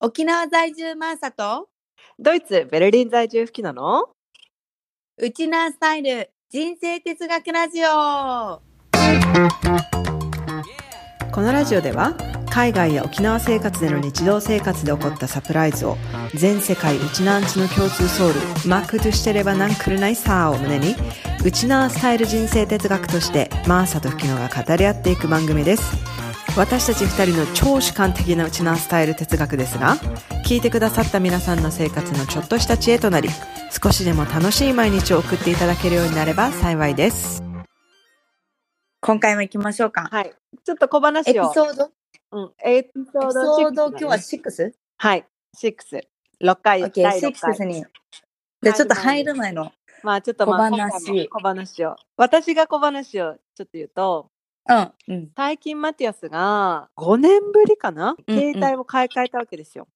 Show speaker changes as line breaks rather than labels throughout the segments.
沖縄在住マーサと
ドイツ・ベルリン在住吹きなの
ウチナースタイル人生哲学ラジオ
このラジオでは海外や沖縄生活での日常生活で起こったサプライズを全世界ウチナーンチの共通ソウルマックとしてればなんくるないさーを胸にウチナースタイル人生哲学としてマーサと吹きのが語り合っていく番組です私たち2人の超主観的なウチナースタイル哲学ですが聞いてくださった皆さんの生活のちょっとした知恵となり少しでも楽しい毎日を送っていただけるようになれば幸いです
今回も行きましょうか
はいちょっと小話
エピソードエ
うん、エピソ
ピ
ード
ソード
6
今日は 6?
はい、6。6回、
OK6
第六回
にでちょっと入る前の
まあちょっとまあ
小話
今回も小話を。私が小話をちょっと言うと、
うんうん
最近マティアスが5年ぶりかな、
うんうん
携帯を買い替えたわけですよ。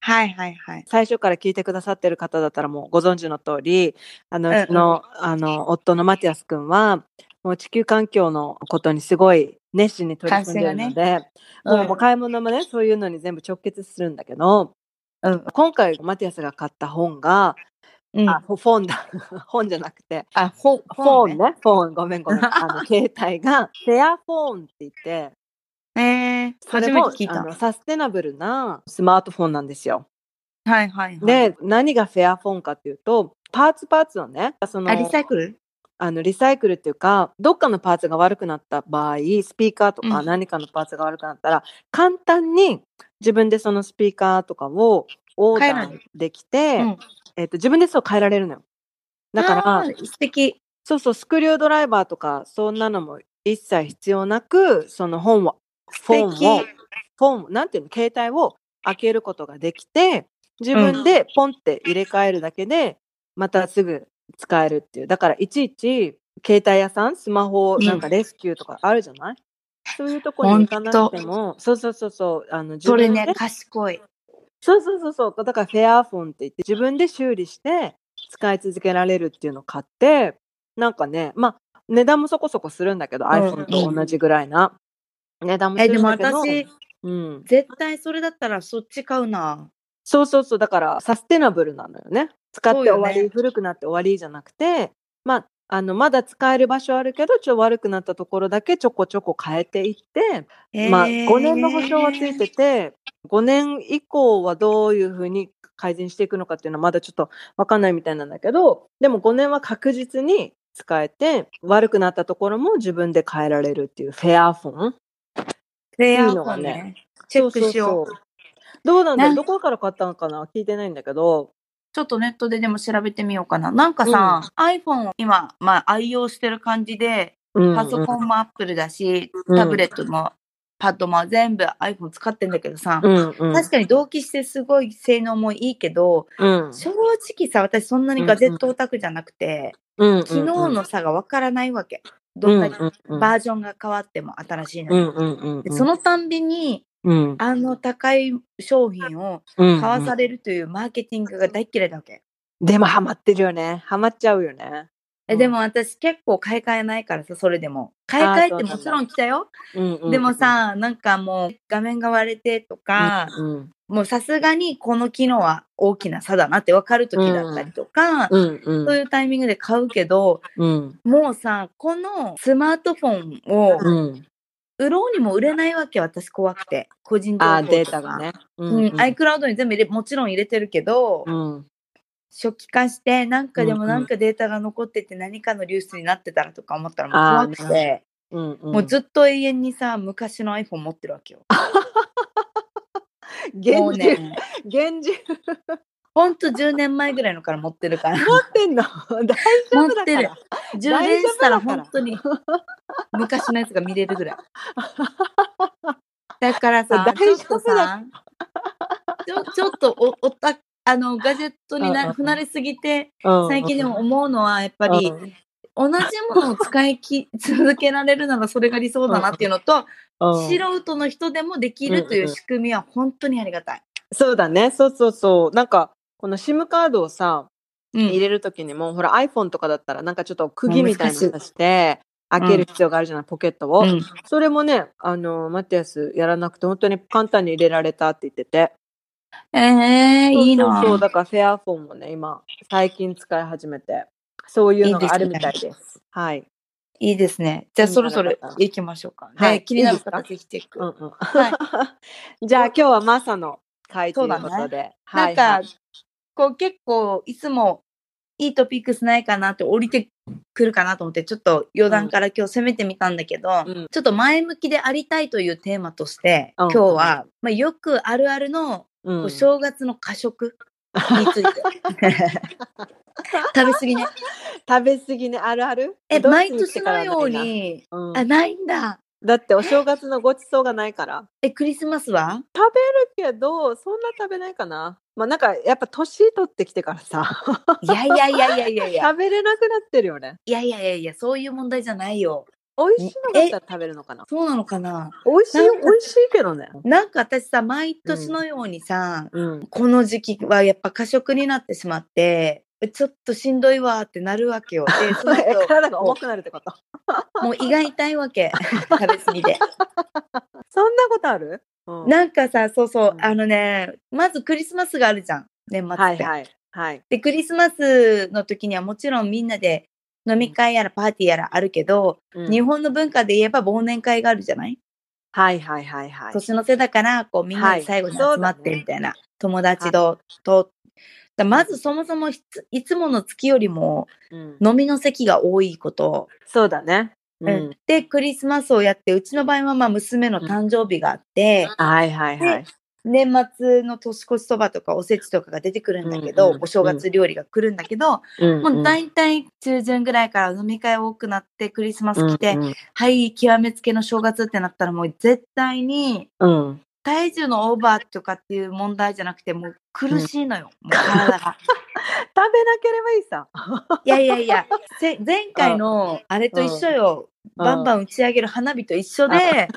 はいはいはい
最初から聞いてくださってる方だったらもうご存知の通り、あの、
うんうん
うちの、あの、夫のマティアス君は、もう地球環境のことにすごい熱心に取り組んでるの
関
で、
うん
もうもう買い物もね、そういうのに全部直結するんだけど、
うん
今回マティアスが買った本が、
うん
あ、フォフォンだ。 本じゃなくて、
あほ
フォ
ほ
ンね。フォン、ごめ んごめん。あの、携帯が、セアフォンって言って、
えー
それ
初め
も
て聞い
あ
た
のサステナブルなスマートフォンなんですよ。
はいはいはい
で、何がフェアフォンかっていうと、パーツパーツをね、その
あリサイクル
あのリサイクルっていうか、どっかのパーツが悪くなった場合、スピーカーと
う
か
ん
何かのパーツが悪くなったら、簡単に自分でそのスピーカーとかをオー
変え
ダ
られ
ー
る
できて、
うん
えっと自分でそう変えられるのよ。だから
あ、ー素敵
そうそう、スクリュードライバーとか、そんなのも一切必要なく、その本を、フォンを、
素敵
フォン、なんていうの、携帯を開けることができて、自分でポンって入れ替えるだけで、またすぐ使えるっていう。だから、いちいち、携帯屋さん、スマホ、
うん
なんかレスキューとかあるじゃない、そういうとこに行かなくても、そうそうそうそう、あの、自
それ
分で
ね賢い
そうそうそうそう。だからフェアフォンって言って自分で修理して使い続けられるっていうのを買って、なんかね、まあ値段もそこそこするんだけど、iPhone と同じぐらいな値段もす
え
る
で
ん
も
だけど、
私
うん、
絶対それだったらそっち買うな
そうそうそう、だからサステナブルなのよね。使って終わ
そうよ
り、
ね
古くなって終わりじゃなくて、まあ、あのまだ使える場所あるけど、ちょ悪くなったところだけちょこちょこ変えていって、まあ、
えー
5年の保証はついてて、5年以降はどういうふうに改善していくのかっていうのはまだちょっとわかんないみたいなんだけど、でも5年は確実に使えて、悪くなったところも自分で変えられるっていうフェアフォン。
フェア
いい
フ
の
ォ
が
ンね
ね
チェックしよう
そそそどうなんだ
な
ろ
ん
うどこから買ったのかな聞いてないんだけど。
ちょっとネットででも調べてみようかな。なんかさ、iPhone を今、まあ、愛用してる感じで、パソコンも Apple だし、
うん
タブレットもパッドも全部 iPhone 使ってんだけどさ、
うんうん、うんうん
確かに同期してすごい性能もいいけど、
うん
正直さ、私そんなにガジェットオタクじゃなくて、
うんうん
昨日の差がわからないわけ。どんなに
うんうん
バージョンが変わっても新しいの
う
に。
んうんうんうん
でそのたんびに、
うん
あの高い商品を
うん
買わされるというマーケティングが大嫌いだわけ。
でもハマってるよね。ハマっちゃうよね。
えでも私結構買い替えないからさそれでも買い替えってもちろん来たよ、
うん、うんうんうん
でも、さなんかもう画面が割れてとか、
うんうん
もうさすがにこの機能は大きな差だなって分かる時だったりとか、
うんうん
そういうタイミングで買うけど
うん
もうさこのスマートフォンを
うん、
売ろうにも売れないわけ私怖くて個人情報
あ
と
ー
か
データがね。う
うん、iCloud に全部入れもちろん入れてるけど、
うん
初期化してなんかで
うん
も
うん
なんかデータが残ってて何かの流出になってたらとか思ったら
あー
もう怖くて。
うんうん、
もうずっと永遠にさ昔の iPhone 持ってるわけよ。もう
現実、
ね
現実持
ほんと10年前ぐらいのから持ってるから
ってんの大丈夫だから
持10年したら本当に昔のやつが見れるぐらい。だからさ
大
ちょっ
丈
と
夫だ
さちょちょっとおおたあのガジェットに
うんうん
な
うん
不慣れすぎて
うんうん
最近でも思うのはやっぱり
うん
同じものを使い き続けられるならそれが理想だなっていうのと
うん
素人の人でもできるという仕組みは本当にありがたい。
そうだねそうそうそうなんかこの SIM カードをさ
うん
入れるときにも、ほら iPhone とかだったらなんかちょっと釘みたいなのさして開ける必要があるじゃない、ポケットを、
うん
それもねあのマティアスやらなくて本当に簡単に入れられたって言ってて
えー、いいな。
そうそうだからフェアフォンもね、今、最近使い始めて、そういうのがあるみたいです。
いい
はい。
いいですね。じゃあそろそろ行きましょうか。
はい
ね気になる方ぜひチェック。
う んうん
はい
じゃあ今日はマサの回というこ
そ
と
う
で、は
ない んか、こう結構いつもいいトピックスないかなって降りてくるかなと思ってちょっと余談から今日攻めてみたんだけど、
うん
ちょっと前向きでありたいというテーマとして、
うん
今日は、まあ、よくあるあるの
うん
お正月の過食につい て食べ過ぎね
食べ過ぎねあるある
え
ドイ
毎
ツに来て
年
か
の
らだ
よ
ね
う、に
うん
あないんだ
だってお正月のごちそうがないから
えクリスマス は
けどそんな食べないかなまあなんかやっぱ年取ってきてからさ
いやいやいやいやいやいや
食べれなくなってるよね
いやいやいやいやそういう問題じゃないよ
美味しいのだったら食べるのかな
そうなのかな
美味しいよ
なんか
美味しいけどね
なんか私さ毎年のようにさ、
うん
この時期はやっぱ過食になってしまってちょっとしんどいわーって なるわけよ。 で、その
え
後
体が重くなるっ てこと
もう胃が痛いわ け。食べ過ぎで。
そんなことある、うん
なんかさ、そうそう
う、ん
あのね、まずクリスマスがあるじゃん。年末って。
はいはいはい
で、クリスマスの時にはもちろんみんなで飲み会やらパーティーやらあるけど、
うん
日本の文化で言えば忘年会があるじゃない
はいはいはいはい
年の瀬だからこうみんな
はい
で最後に集
そうだね
まってみたいな、友達ととだまずそもそもひついつもの月よりも
うん
飲みの席が多いこと、
そうだね
うんでクリスマスをやってうちの場合はまあ娘の誕生日があって、
はいはいはい
年末の年越しそばとかおせちとかが出てくるんだけど、
うんうん
お正月料理が来るんだけど、
うん
もう大体中旬ぐらいから飲み会多くなってクリスマス来て、
うん
はい極めつけの正月ってなったらもう絶対に
うんうん
体重のオーバーとかっていう問題じゃなくてもう苦しいのよ、もう体が。
食べなければいいさ。
いやいやいやせ 前回のあれと一緒よ、
うん
バンバン打ち上げる花火と一緒 で、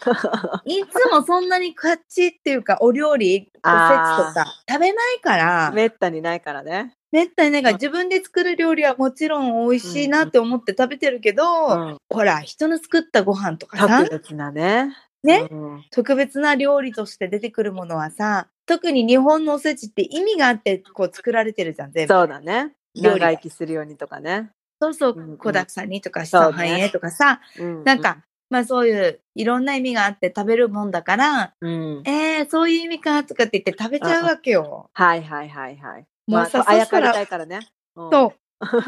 いつもそんなにカッチっていうかお料理おせちと
あー
か食べないから
めったにないからね。
めったになんか自分で作る料理はもちろん美味しいなって思って食べてるけど、
うん、
ほら人の作ったご飯とかさ
特別なね。
ね
うん
特別な料理として出てくるものはさ特に日本のおせちって意味があってこう作られてるじゃん全部
そうだね。
料理が
長生きするようにとかね。
そうそう
うんうん
子だくさんにとか資
そう
産
ね
繁栄とかさ、なんか、まあそういういろんな意味があって食べるもんだから
うん、うん
えー、そういう意味かとかって言って食べちゃうわけよ。
はいはいはいはい。
もうさ、
まあ、あ
そ
や
した
かり
ら
たいからね。うん
そう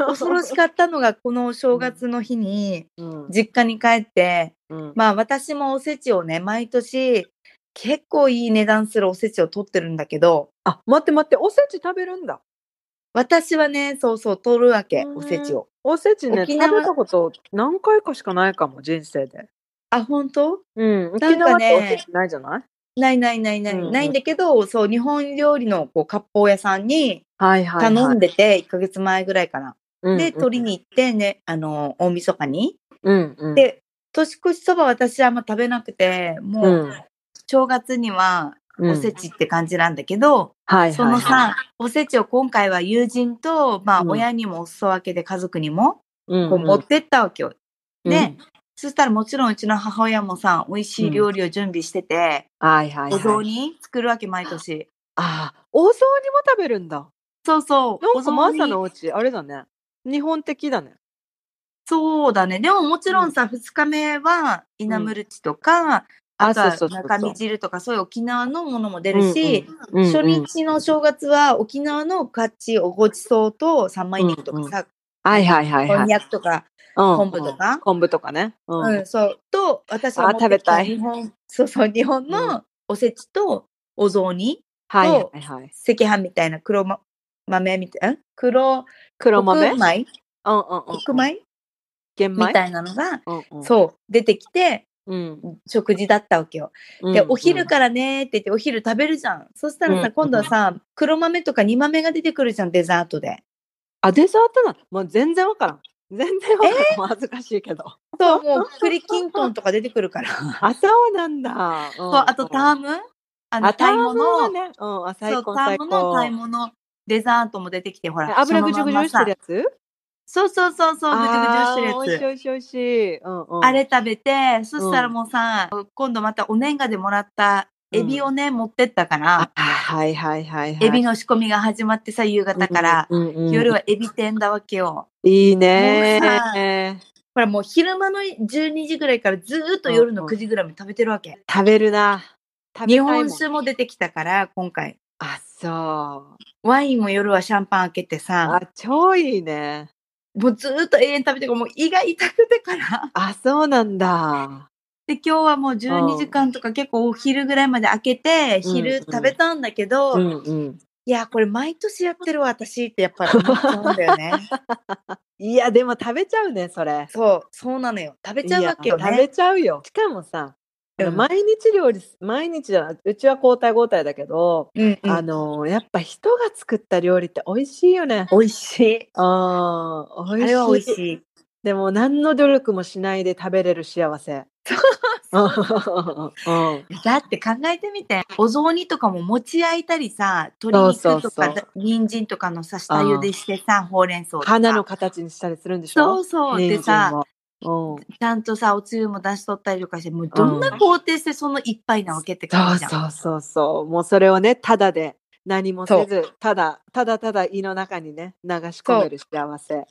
恐ろしかったのがこのお正月の日に
うん
実家に帰って
うん
まあ私もおせちをね毎年結構いい値段するおせちを取ってるんだけど
あ、待って待って、おせち食べるんだ。
私はねそうそう取るわけ
うん
おせちを。
おせちね、
沖
食べ
縄
たこと何回かしかないかも、人生で。
あ本当
う
な
ん、沖
んか
縄ってお
ね
せちないじゃない
ないないないない、
うんうん
ないんだけどそう日本料理のこう割烹屋さんに
はいはい、はい。
頼んでて1ヶ月前ぐらいかな。
うん、
で取りに行ってねあの大晦日に。
うん、うん、
で年越しそば私はあんま食べなくて
う、
もうん正月には
うん、
おせちって感じなんだけど、
はいはいはい、
そのさ、おせちを今回は友人と、まあ、
うん
親にもお裾分けで家族にも
うん、
こう持ってったわけよ。
うん
ね、そしたらもちろんうちの母親もさ美味しい料理を準備してて、
はいはい、はい。
お雑煮作るわけ毎年。
ああ、お雑煮も食べるんだ。
そうそう。
なんかマサ
お雑煮
のお家あれだね。日本的だね。
そうだね。でももちろんさ、二日目はイナムルチとか、あとは
そうそうそうそう
中身汁とかそういう沖縄のものも出るし、
うんうん
初日の正月は沖縄のカッチおごちそうと三枚肉とかさ、
はいはいはい
こ
は
ん
い。
にゃくとか、
うん
昆布とか
昆布とかね。う
うん
ん。
そうと私は
あ食べたい
日本そうそう日本
う
のおせちとお雑煮、
はいはいはい。
赤飯みたいな黒、ま、豆みたいな黒
黒豆。
黒
うんうん
米
うん。
黒米
玄米
み。たいなのが、
うんうん
そう出てきて
うん。
食事だったわけよ。
うん。
で、お昼からねって言ってお昼食べるじゃん。そしたら
うんう
さ、
ん
今度はさ、黒豆とか煮豆が出てくるじゃん、デザートで。
あデザートなの。もう全然わからん。全然わからん。もう恥ずかしいけど。
そう、もう栗きんとんとか出てくるから。そう、
あそうなんだ。うん
あとター
ム。
ムあの、
あタ
タイ
ー
モ
ムは
の、
ね。うん。あ
そ
最
う、タ
高最
イモの、
高
タイ。モのデザートも出てきて、ほら。
油ぐじゅぐじゅしてるや
つ。
つ。
そうそうそうそう、ぐじゅぐじゅしてるや
あー
つ
美。味しい美味しい美味しい。うんうん。
あれ食べて、そしたらもうさ、今度またお年賀でもらったエビをね、持ってったから、
はいはいはいはい。
エビの仕込みが始まってさ、夕方から、
うんうんうん
夜はエビ天だわけよ。
いいね
もうこれもう昼間の12時ぐらいからずーっと夜の9時ぐらいまで食べてるわけ。
食べるな。食べ
日
たいもん
本酒も出てきたから、今回。
あ、そう。
ワインも夜はシャンパン開けてさ、
あ、超いいね。
もうずーっと永遠食べてるもう胃が痛くてから。
あ、そうなんだ。
で、今日はもう
う
12
ん
時間とか結構お昼ぐらいまで開けて、
うん
昼食べたんだけど、
うんうん。
いや、これ毎年やってるわ、私ってやっぱり思っちゃうんだ よね。
いや、でも食べちゃうね、それ。
そう、そうなのよ。食べちゃうわけよ
いや食べ
ね。
ちゃうよ。しかもさ、あの
うん
毎日料理す、毎日じゃないうちは交代交代だけど、
うんう
あ
ん。
のー、やっぱ人が作った料理って美味しいよね。
美味しい。
ああ、
あ
美味しい。
れは美味しい。
でも何の努力もしないで食べれる幸せ。 うん
だって考えてみて、お雑煮とかも持ち焼いたりさ、鶏
そ
肉
うそう
と
そ
か
う
だ人参とかのさ、下茹でしてさ、ほうれん草とか。
花の形にしたりするんでし
そ
ょ
うそう。
人
で
参
さ、
もうん
ちゃんとさ、おつゆも出しとったりとかして、もうどんな工程してその一杯なわけって
そ
感
う
じじゃん。
そうそうそう。もうそれをね、ただで何もせず、ただただただ胃の中にね、流し込める幸せ。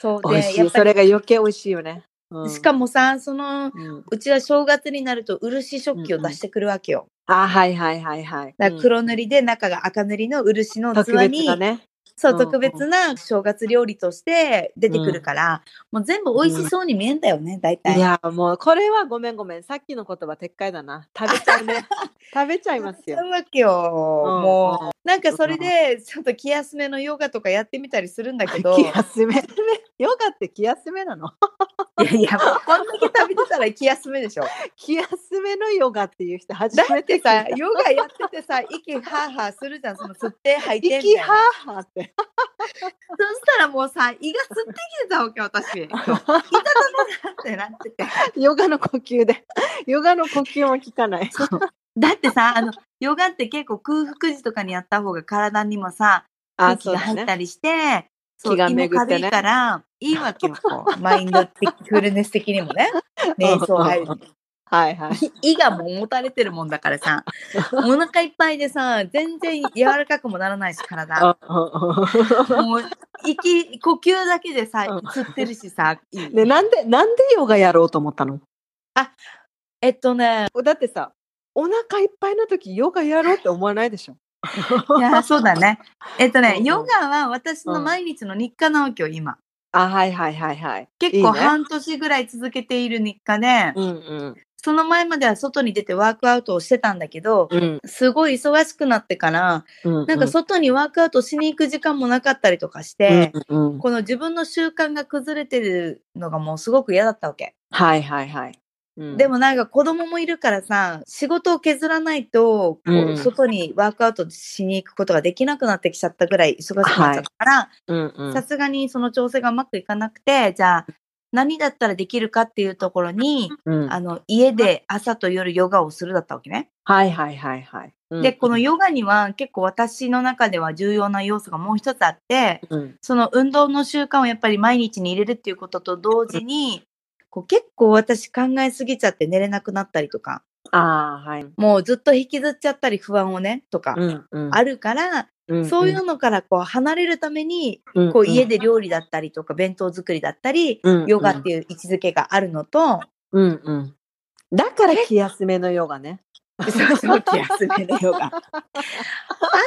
そう
美味
で、
し
や
い。
っぱ
それ
り、
が余計美味しいよね。うん
しかもさ、その、
うん
うちは正月になると漆食器を出してくるわけよ。
あ、はいはいはいはい。
だから黒塗りで中が赤塗りの漆
う
の
ん
器
特別
に、
だね。
そうう、
ん
特別な正月料理として出てくるから、もう全部美味しそうに見えんだよね、大体。
いや、もうこれはごめんごめん。さっきの言葉撤回だな。食べちゃう ね。食べちゃいますよ
そ。うわけよ、
ん
もうなんかそれでちょっと気休めのヨガとかやってみたりするんだけど い
気休め。 ヨガって気休めなの
やいやもうこんだけ食べてたら気休めでし ょ
気休めのヨガっていう人初
だ
め
ってて
聞いた
さヨガやっててさ息ハーハーするじ ゃんその吸って吐いてみ
息
たい
は
な
ーはー って。
そしたらもうさ胃が吸ってきてたわけ私 痛たたたってなってて
ヨガの呼吸で。ヨガの呼吸も効かない。
だってさあのヨガって結構空腹時とかにやった方が体にもさ空気が入ったりして、そう
気が
胃も
巡ってね
軽いから、いいわけよ、こう マインド的フルネス的にも ね、瞑想入る
う。はいはい。
胃がもう持たれてるもんだから さ、お腹いっぱいでさ、全然柔らかくもならないし、体。もう、息、呼吸だけでさ、
うん
吸ってるしさ、 いい
で、なんで、なんでヨガやろうと思ったの
えっとね、
だってさ、お腹いっぱいの時ヨガやろうって思わないでしょ。
いや、そうだね。えっとね
う、ん
ヨガは私の毎日の日課なわけよ、今。
あ、はいはいはいはい。
結構
いいね
半年ぐらい続けている日課で、
うんうん
その前までは外に出てワークアウトをしてたんだけど、
うん
すごい忙しくなってから、
うん。
なんか外にワークアウトしに行く時間もなかったりとかして、
うんうんうん
この自分の習慣が崩れてるのがもうすごく嫌だったわけ。
はいはいはい。うん
でもなんか子供もいるからさ、仕事を削らないと、こ
う
うん外にワークアウトしに行くことができなくなってきちゃったぐらい忙しくなっちゃったから、
うんうん
さすがにその調整がうまくいかなくて、じゃあ何だったらできるかっていうところに、
うん
あの、家で朝と夜ヨガをするだったわけね。
はいはいはいはい。うん
で、このヨガには結構私の中では重要な要素がもう一つあって、
うん
その運動の習慣をやっぱり毎日に入れるっていうことと同時に、こう結構私考えすぎちゃって寝れなくなったりとか、
ああ、はい。
もうずっと引きずっちゃったり不安をね、とか、
うんうん
あるから、
うん
そういうのからこう離れるために、
うん
こう家で料理だったりとか、弁当作りだったり、
うん
ヨガっていう位置づけがあるのと、
うんうん。だから気休めのヨガね。
そうそう、気休めのヨガ。あ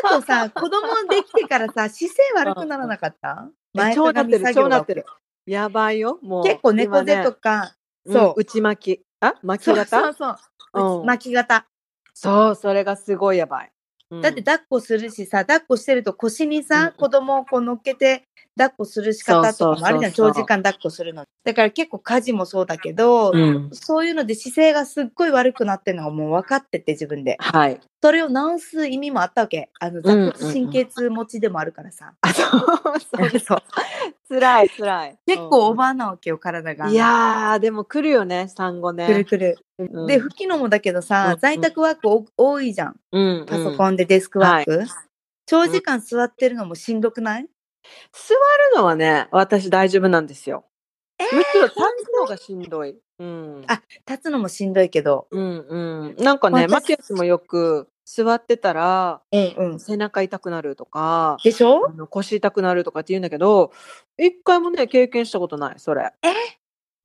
とさ、子供できてからさ、姿勢悪くならなかった前
超
かが
なっ
み
てる、
作業が
超なってる。やばいよ、もう。
結構猫背
今ね
とか、
そ
そうう、
内巻き。あ巻き
そうそ
型
うそうう、
ん
巻き型。
そう、それがすごいやばい。うん
だって、抱っこするしさ、抱っこしてると腰に
うんう
さ、
ん
子供をこう乗っけて、抱っこする仕方とかもあるじゃん、
そうそうそうそう
長時間抱っこするの。だから結構家事もそうだけど、
うん
そういうので姿勢がすっごい悪くなってるのがもう分かってて自分で。
はい。
それを直す意味もあったわけ。あの、
うんうん
座骨神経痛持ちでもあるからさ。
あ、そう、そう。
そう
辛い、辛い。
結構お
ば
ばあなわけよ、体が。
いやー、でも来るよね、産後ね。
くるくる。
うん
で、不機能もだけどさ、
うん
在宅ワークお多いじゃん。
うんうん
パソコンでデスクワーク。長時間座ってるのもしんどくない、
座るのはね、私大丈夫なんですよ。むしろ立つのがしんどい。うん。
あ立つのもしんどいけど。
うんうん。なんかね、
私
マティアスもよく座ってたら
うんうん。
背中痛くなるとか、
でしょ
あの腰痛くなるとかって言うんだけど、一回もね、経験したことない、それ。
え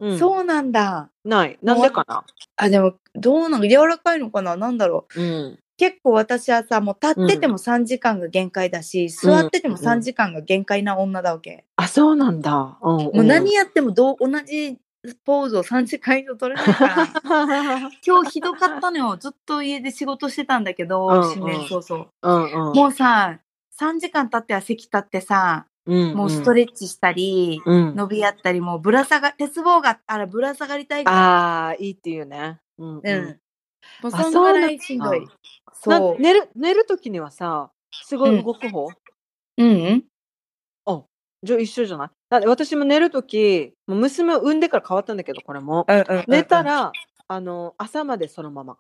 うん、
そうなんだ。
ない。なんでかな。
あ、でも、どうなの柔らかいのかななんだろう。
うん。
結構私はさ、もう立ってても3時間が限界だし、座ってても3時間が限界な女だわけ。
あ、そうなんだ。うん、
もう何やってもどう同じポーズを3時間以上取れないから。 今日ひどかったのよ。ずっと家で仕事してたんだけど、
うんうん
新年そうそう。
うんうん。
もうさ、3時間経っては席立ってさ、
うん、
もうスト
レ
レッチしたり、
うん。
伸び合ったり、もうぶら下が、鉄棒があらぶら下がりたいぐらい
ああ、いいっていうね。うん、
うん。もう
あ
そんぐらいしんどい。
な
そう。
寝る、寝るときにはさ、すご
う
い
ん
動く方、
うんうん。
じゃ一緒じゃないだって私も寝るとき、もう娘を産んでから変わったんだけど、これも。
うんうん。
寝た、ら、あの、朝までそのまま。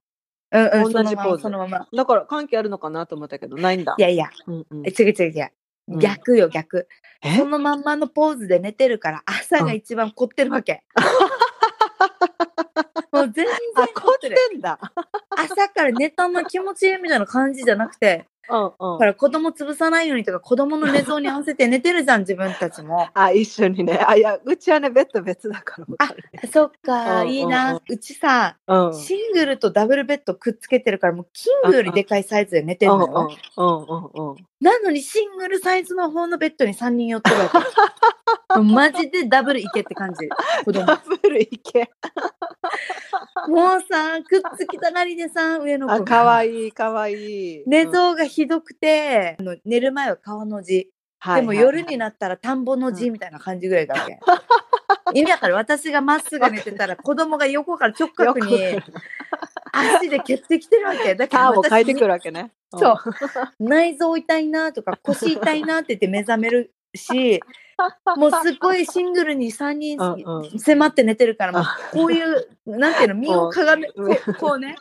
うんうん、
同じポーズ
そのまま。そのまま
だから関係あるのかなと思ったけど、ないんだ。
いやいや、
うんうん
え、違う違う違
うん
う。逆よ、逆。
え
そのまんまのポーズで寝てるから、朝が一番凝ってるわ け。もう全然
あ、
凝
凝
っ
ってて
る。
んだ。
朝から寝たの気持ちいいみたいな感じじゃなくて、
うん
だ
う
か
ん。
ら子供潰さないようにとか、子供の寝相に合わせて寝てるじゃん、自分たち も。
あ、一緒にね。あ、いや、うちはね、ベッド別だから。
あそっ
う
か、
んうんうん
いいな。うちさ、
うん。
シングルとダブルベッドくっつけてるから、もうキングよりでかいサイズで寝てるのよ。
うんうんうんうん。
なのにシングルサイズの方のベッドに3人寄ってるわけ。もうマジでダブルいけって感じ。子供。
ダブルいけ。
もうさ、くっつきたがりでさ、上の子
あ、
が。
かわいい、かわいい。
寝
うん
相がひどくて、あの寝る前は川の字。でも夜になったら田んぼの字みたいな感じぐらいだわ け。意味だから私がまっすぐ寝てたら子供が横から直
よ
角
く
に足で蹴ってきてるわけ。だから
ターンを変えてく
る。
るわけね。
そう。内臓痛いなとか腰痛いなって言って目覚めるし、もうすごいシングルに3人
うんうん
迫って寝てるから、もう
あ
こういう、なんていうの、身をかがめ、こ
うん
うこうね、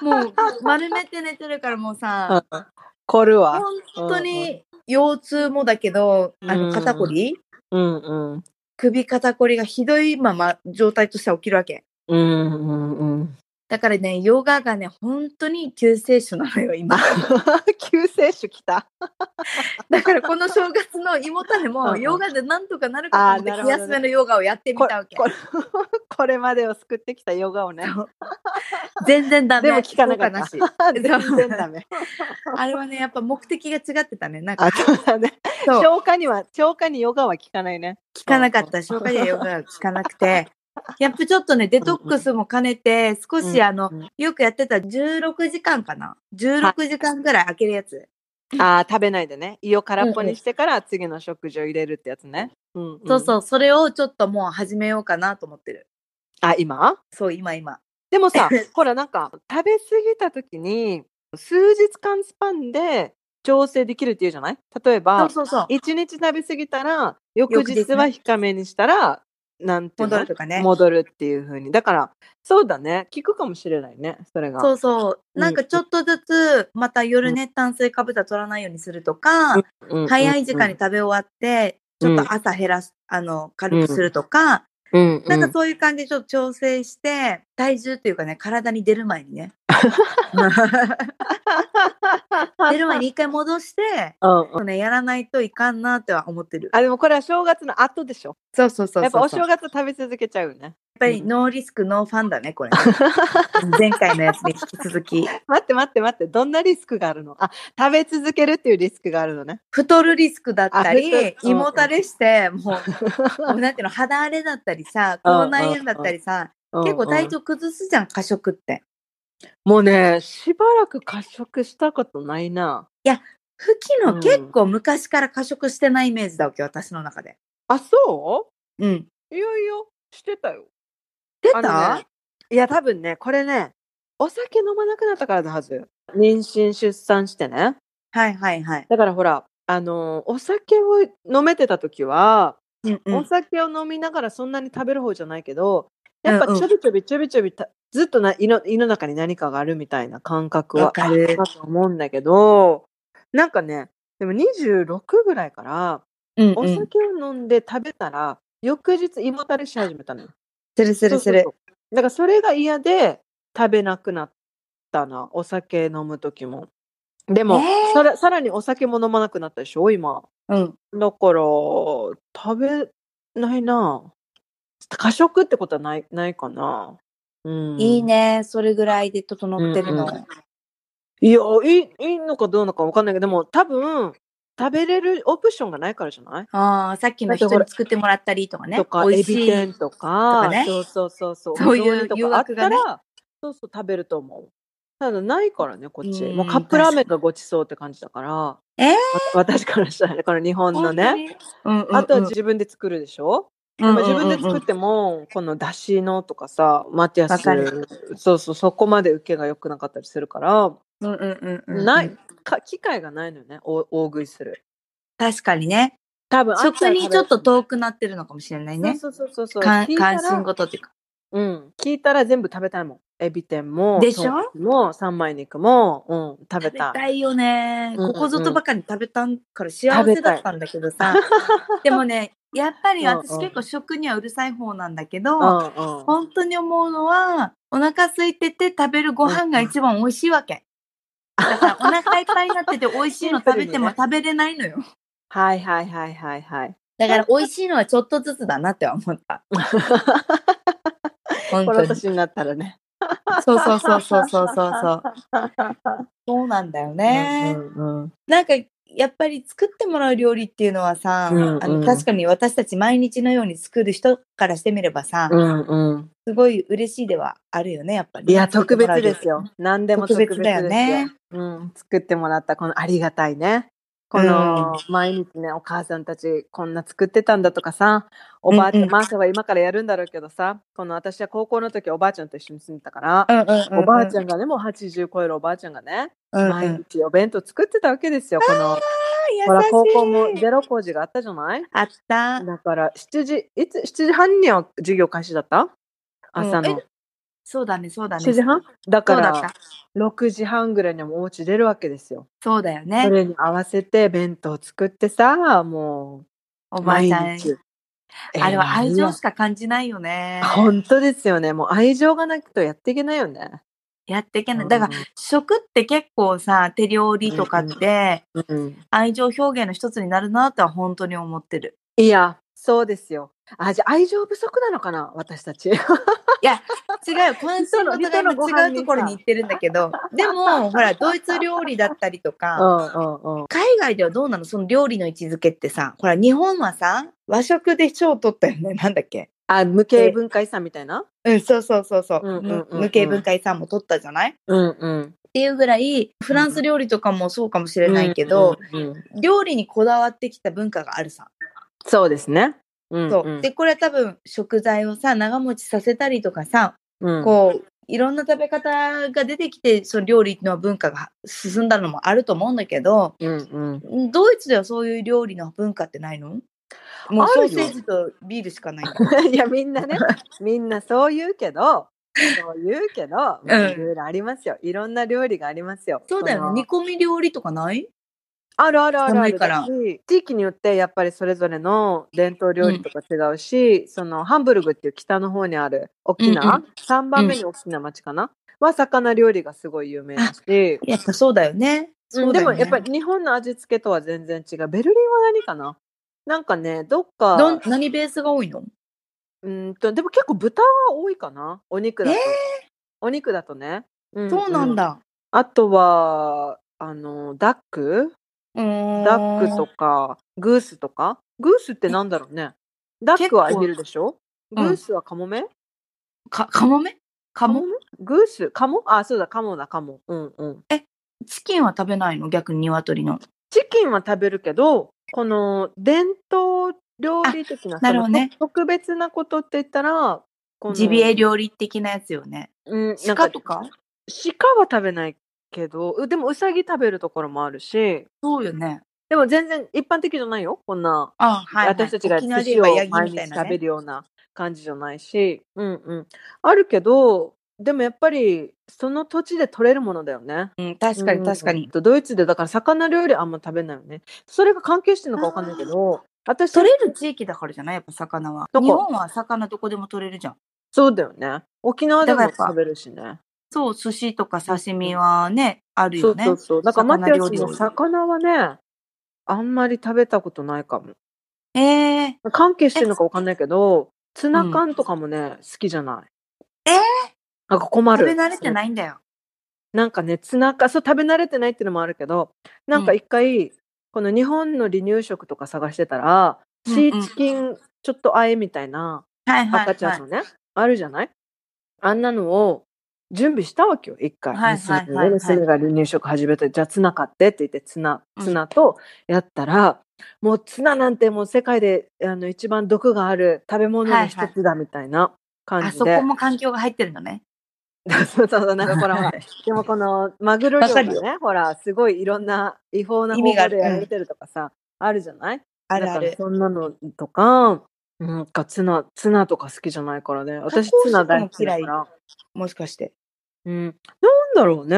もう丸めて寝てるからもう
う
さ、
ん。凝るわ。
本当に腰痛もだけど、あ
う
の
ん
肩こり、
うんうん。
首肩こりがひどいまま状態としては起きるわけ。
うんうん うん。
だからね、ヨガがね、本当に救世主なのよ、 今。
救世主来た。
だからこの正月の胃もたれ
うん
も
うん
ヨガでなんとかなるかと思っ
あ
て気
ーなるほどね
休めのヨガをやってみ
こ
たわけ。
これ これまでを救ってきたヨガをね。
全然ダメ。
でも聞かなかった
効果なし
全然ダメ。
あれはね、やっぱ目的が違ってたね。なんか
あ、、そうだね。
そう
消化には、消化にヨガは効かないね。
聞かなかった消化やヨガが聞かなく てやっぱちょっとねデトックスも兼ねて少しあの
うん
よくやってた16時間かな16時間ぐらい空けるやつ
あー食べないでね。胃を空っぽにしてから次の食事を入れるってやつね。うん。
そうそううそれをちょっともう始めようかなと思ってる
あ、今
そう今今
でも さ、ほらなんか食べ過ぎた時に数日間スパンで調整できるっていうじゃない例え
そう
ば、
そうそう
一日食べ過ぎたら、翌
翌日
日
ね
は控えめにしたら、なんていうの
戻るとかね
戻るっていう風に。だから、そうだね。聞くかもしれないね。それが。
そうそう
うん
なんかちょっとずつまた夜ね炭水化物は取らないようにするとか
うんうん
早い時間に。食べ終わってちょっと朝減らすあの軽くするとか
うんうん
なんかそういう感じでちょっと調整して、体重というかね、体に出る前に ね。出る前に一回戻して、
うんうん
そうね、やらないといかんなっては思ってる。
あ、でもこれは正月の後でしょ。
そうそうそうそう。
やっぱお正
やっ
月食べ続けちゃうね。
ぱりノーリスク、ノーファンだね、これ。 前回のやつに引き続き。
待って待って待って。どんなリスクがあるのあ、食べ続けるっていうリスクがあるのね。
太るリスクだった
あ太
り
る、うん
胃もたれして、もう、もうなんていうの、肌荒れだったりさ、口内炎だったりさ、結構体
調
調崩すじゃん、過食って。
もうね、しばらく過食したことないな。
ふき
う
の
ん
結構昔から過食してないイメージだわけ、私の中で。
あ、そ
うん。
ういやいや、してたよ。
出
あ
た、
のねいや、多分ね、これね、お酒飲まなくなったからだはず。妊娠、出産してね。
はいはいはい。
だからほら、あのーお酒を飲めてた時は、
うんう
お
ん、
酒を飲みながらそんなに食べる方じゃないけど、やっ
うんう
ぱ
ん
ちょびちょびちょびちょびたずっとな胃の胃の中に何かがあるみたいな感覚
わ
は
かる
だ。と思うんだけど、なんかね、でも26ぐらいから、
うん
お
うん、
酒を飲んで食べたら翌日胃もたれし始めたのよ。
するするする
そう。そうそうだからそれが嫌で食べなくなったなお酒飲む時もでも、
えー
さらさらにお酒も飲まなくなったでしょ今
うん。
だから食べないな過食ってことはないないかな、うん、
いいね。それぐらいで整ってるの。
うんいやいいいいのかどうなのか分かんないけどでも多分食べれるオプションがないからじゃない
ああ、さっきの人に作ってもらったりとかね。
とか、
美
エ
味し
ビ
い。
天とか
とかね
そうそうそうそう、
そういう
お雑煮とかあったら
誘惑
そうそう食べると思う。ただないからね、こっち。
うん
もうカップラーメンがごちそうって感じだから、
えー
わ私からしたらね、この日本のね。
本当に。うんうんうん、
あとは自分で作るでしょ、
分
まあ自分で作っても、このだしのとかさ、マティア
わ
ス
かる、
そうそう、そこまで受けが良くなかったりするから、
うんうんうんうんうん
ない、か機会がないのよね、お大食いする。
確かにね。
多分
食にちょっと遠
く
くなってるのかもしれない
ね。
ね。
そうそうそうそう。
か
聞
ん
いたら
関心事っていうか。
うん、聞いたら全部食べたいもん。エビ天も、
でしょ
トンも三枚肉も、うん、食べ
食べ
たい。
たいよね。
うんうんうん
ここぞとばかり食べたんから幸せだったんだけど さ。でもね、やっぱり
うんう
私
ん
結構食にはうるさい方なんだけど、
うんうん、
本当に思うのは、お腹空いてて食べるご飯が一番美味しいわけ。だからお腹いっぱいになってて美味しいの食べて も食べれないのよ。
はいはいはいはいはい。
だから美味しいのはちょっとずつだなって思った。本
こ
当
の
に。そう
年になったらね。
そうそうそうそうそうそう。そうなんだよね。
うんうん
なんかやっぱり作ってもらう料理っていうのはさ、
うんうん
あの確かに私たち毎日のように作る人からしてみればさ、
うんうん。
すごい嬉しいではあるよねやっぱりね。
いや、特別ですよ。何でも特別です
特別だよね
うん。作ってもらった、このありがたいね。この、毎日ね、お母さんたち、こんな作ってたんだとかさ、おばあちゃ
うん
ん、
うん
マーサは今からやるんだろうけどさ、この私は高校の時おばあちゃんと一緒に住んでたから、
作ってもらう料理。うんうんうんうん
おばあちゃんがね、もう80超えるおばあちゃんがね、
うんうん、
毎日お弁当作ってたわけですよ。この、ほ
あ
ら、
ー
高校
優
も
しい
ゼロ工事があったじゃない
あった。
だから、7時、いつ、7時半には授業開始だった朝
うん
の
え。そうだね、そうだね。
7時半だ
そ
か
うだっ
ら
た、。
6時半ぐらいにはもうお家出るわけですよ。
そうだよ
そ
ね。
れに合わせて弁当作ってさ、も
お
う、
ばあ
毎
ちゃん。
日。
あれは愛
えー
情しか感じないよ ね。
本当ですよね。もう愛情がなくとやっていけないよね。
やっていけない。だから、食って結構さ、手料理とかって、
ら、うん、
愛情表現の一つになるなとは本当に思ってる。
いや、そうですよ。あ、じゃあ愛情不足なのかな、私たち。
違うよ、関心事が
人のご
今違う
飯にさ
ところに行ってるんだけど、で も、ほら、ドイツ料理だったりと
う
か、
んうんうん。
海外ではどうなのその料理の位置づけってさ、ほら、日本はさ、和食で賞を取ったよね。なんだっけ
あ、無形文化遺産みたいな。
うん、そうそうそうそう。
うんうんうんうん
無形文化遺産も取ったじゃない
うんうん。
っていうぐらいフランス料理とかもそうかもしれないけど、
うんうんうん
料理にこだわってきた文化があるさ。
そうですね。うん
そう
うん
でこれは多分食材をさ長持ちさせたりとかさ、
うん
こういろんな食べ方が出てきてその料理の文化が進んだのもあると思うんだけど
うんうん。
ドイツではそういう料理の文化ってないのもう
あ
ソ
る
ー
よ
セージとビールしかない。
いや、みん なね、みんなそう言うけど、そう言うけど、まあいろいろありますよ。いろんな料理がありますよ。
そうだよ
の
ね。煮込み料理とかない
あるあるあるあ
寒
る
いから
だし地域によってやっぱりそれぞれの伝統料理とか違うし、そのハンブルグっていう北の方にある大き
うんう
な、三3番目に大きな町かな、は魚料理がすごい有名だし、
やっぱそうだよね。
うん
そうだ
で
よ
も
ね
やっぱり日本の味付けとは全然違うベルリンは何かななんかねどっか
どん何ベースが多いの
うんとでも結構豚は多いかなお肉だと、
えー
お肉だとね、う
そうなんだ。
あとはあのダック
うーん
ダックとかグースとかグースってなんだろうねダックはエビルでしょグ
構うん
ースはカモメ、
か、カモメカモ
メグースカモあそうだカモだカモうんうん
チキンは食べないの逆に鶏の。
チキンは食べるけどこの伝統料理的な
あなるほどね
その特別なことって言ったらこの
ジビエ料理的なやつよね。
うんなん
鹿
か
とか
鹿は食べないけどうでもウサギ食べるところもあるし
そうよね。
でも全然一般的じゃないよこんな、
あはい、はい。
私たちが
沖縄
寿
で言え
司
ば
を
ヤギ
毎
みたい
日
な、
食
ね
べ。るような感じじゃないしうんうんあるけどでもやっぱりその土地で取れるものだよね
うん、確かに確かに。
うんドイツでだから魚料理あんま食べないよねそれが関係してるのかわかんないけど私
取れる地域だからじゃないやっぱ魚は。
どこ
日本は魚どこでも取れるじゃん。
そうだよね。沖縄でも
だからやっぱ
食べるしね。
そう、寿司とか刺身はね、ある
そ
よ
う
ね。
そうそう。だからマ
魚
ティ
料
アス
理
の魚はね、あんまり食べたことないかも。
えー、
関係してるのかわかんないけど、ツナ缶とかもね、好きじゃない。
えー
なんか困
食
る。。
べ慣れてないいんだよ。
なんかね、ツナ缶、そう、食べ慣れてないっていうのもあるけど、なんか一回、この日本の離乳食とか探してたら、
うん
シーチキンちょっとあえみたいな
はいはい、は
赤
い。
ちゃんのね、あるじゃないあんなのを準備したわけよ、一回。
はい
娘
はい
に
はいはい
ね娘が離乳食始めて、じゃあツナ買ってって言って、ツナ、ツナとやったら、もうツナなんてもう世界であの一番毒がある食べ物の一つだみたいな感
あ
じ
そ
で。
こも環境が入ってるのね。
そうそうそう、なんか ほらほら。でもこのマグロ漁が
わか
ね、ほら、すごいいろんな違法
意
な方
味が
法
あ
で
る
やられてるとかさ、あるじゃない
あるあ
だから
る。
そんなのとか、なんかツナ、ツナとか好きじゃないからね。私
加工
ツナ大好きだ
す
か
るの
ら。
もしかして。
うん。なんだろうね。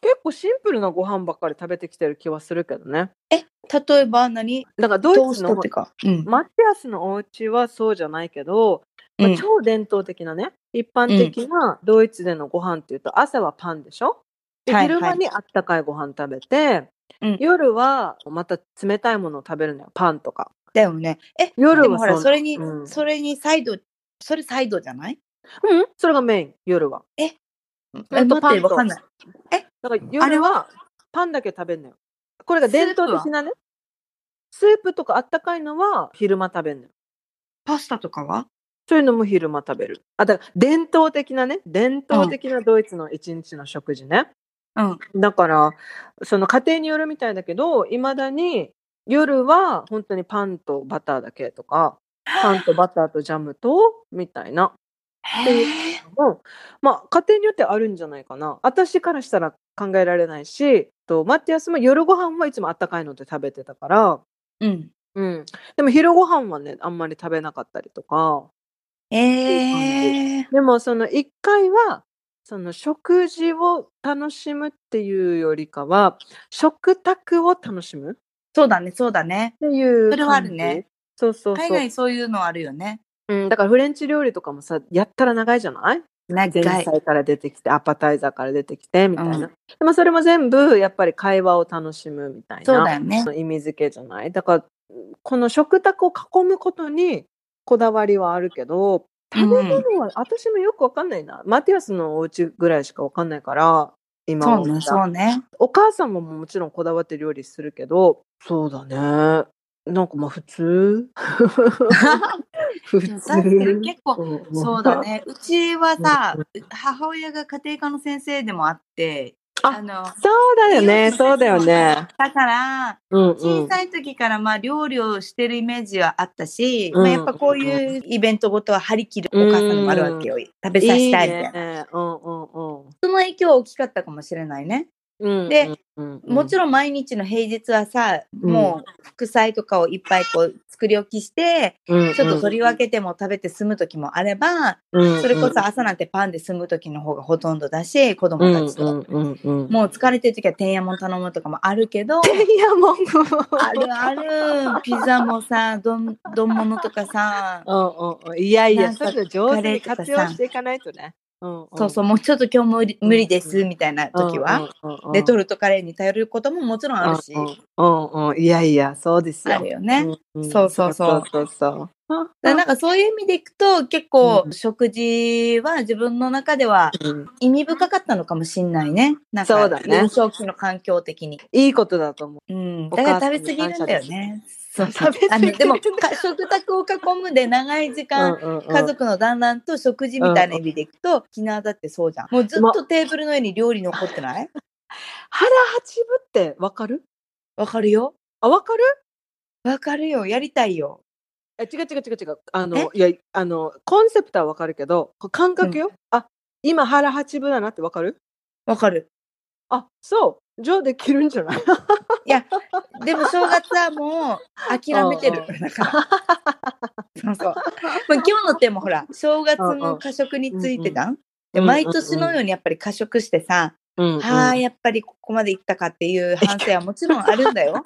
結構シンプルなご飯ばっかり食べてきてる気はするけどね。
例えば何
だから
ト
ド
ー
イ
ス
ツ
ト
の
ってか。うん。
マティアスのお家はそうじゃないけど、まあ
うん
超伝統的なね、一般的なドイツでのご飯っていうと、朝はパンでしょで
はい
昼間にあったかいご飯食べて、
うん
夜はまた冷たいものを食べるのよ、パンとか。
だよね。え、
夜は
でもほら、
そう
それに、
うん
それにサイド、それサイドじゃない
うん、それがメイン、夜は。
え、待って、
パンと
わかんない。
だか
あ
ら
れ
夜はパンだけ食べるのよ。これが伝統的なね、スープとかあったかいのは昼間食べるのよ。
パスタとかは
そういうのも昼間食べる。あ、だから伝統的なね、伝統的なドイツの一日の食事ね。
うん。
だからその家庭によるみたいだけどいまだに夜は本当にパンとバターだけとかパンとバターとジャムとみたいな
へえ。
のもまあ家庭によってあるんじゃないかな私からしたら考えられないしとマッティアスも夜ご飯はいつもあったかいので食べてたから、
うん。
うん、でも昼ご飯はねあんまり食べなかったりとか
ええ。
でもその1回はその食事を楽しむっていうよりかは食卓を楽しむ
そうだね、そうだね。
っていう。
それはあるね。
そうそうそう。
海外そういうのあるよね。
うん、だからフレンチ料理とかもさ、やったら長いじゃない
長
前
い。
菜から出てきて、アパタイザーから出てきて、みたいな。
うん
でもそれも全部、やっぱり会話を楽しむみたいな。
そうだよね。
意味付けじゃないだから、この食卓を囲むことにこだわりはあるけど、食べ物は私もよくわかんないな。マティアスのお家ぐらいしかわかんないから、今は
そうね、そう ね。
お母さんももちろんこだわって料理するけど、そうだね。なんかまあ普通普
でも確かに結構、
うんうん
そうだね。うちはさ、母親が家庭科の先生でもあって、
あ
の、
そうだよね、
料理
そうだよね。
だから、
うんう
小
ん。
さい時からまあ料理をしてるイメージはあったし、
うん
まあ、やっぱこういうイベントごとは張り切るお母さんもあるわけよ、食べさ
い
せ
い
たいみたいな
ね。うんうんうん
その影響は大きかったかもしれないね
うん。
で
うんうん、
もちろん毎日の平日はさ、もう副菜とかをいっぱいこう作り置きして
ろん
ちょっと取り分けても食べて済む時もあれば、
け
それこそ朝なんてパンで済む時の方がほとんどだし子供たちと、
うんうんうんうん。
もう疲れてる時は天やもん頼むとかもあるけど
いやもう。
あるある。ピザもさ、丼丼物とかさ。
うんうんうん。いやい
な
や、
ん
そ
か
ういうの上
カ
手に
レーとか
活
さ
用していかないとね。うん
そうそう、もうちょっと今日無理無理です、みたいな時は。
うんうんうんうん
レトルトカレーに頼ることももちろんあるし。
うんうんうん、いやいや、そうですよ。
あるよね
んん
そうそうそう
そうそうそう。
だからなんかそういう意味でいくと、結構
うん
食事は自分の中では
うん
意味深かったのかもしんないね。なんか
そうだね
幼少期の環境的に。
いいことだと思
うん。
お
だから
母さん
食べ過
に
ぎるんだよね。そう
食べ過ぎる
あのでもか食卓を囲むで長い時
う。
間
うんうんうん
家族の団らんと食事みたいな意味でいくと、沖縄だってそうじゃん。もうずっとテーブルの上に料理残ってない
腹八分ってわかる
わかるよ。
あ、わかる
わかるよ。やりたいよ。
え違う違う違う違う。あの、いや、あの、コンセプトはわかるけど、こう感覚よ。あ、今腹八分だなってわかる
わかる。
あ、そう。じゃあできるんじゃない
いや、でも正月はもう諦めてる。だから。そうそう。まあ今日のテーマほら、正月の過食についてたんで
うんうん
毎年のようにやっぱり過食してさ、
うんうん
はあ、やっぱりここまで行ったかっていう反省はもちろんあるんだよ。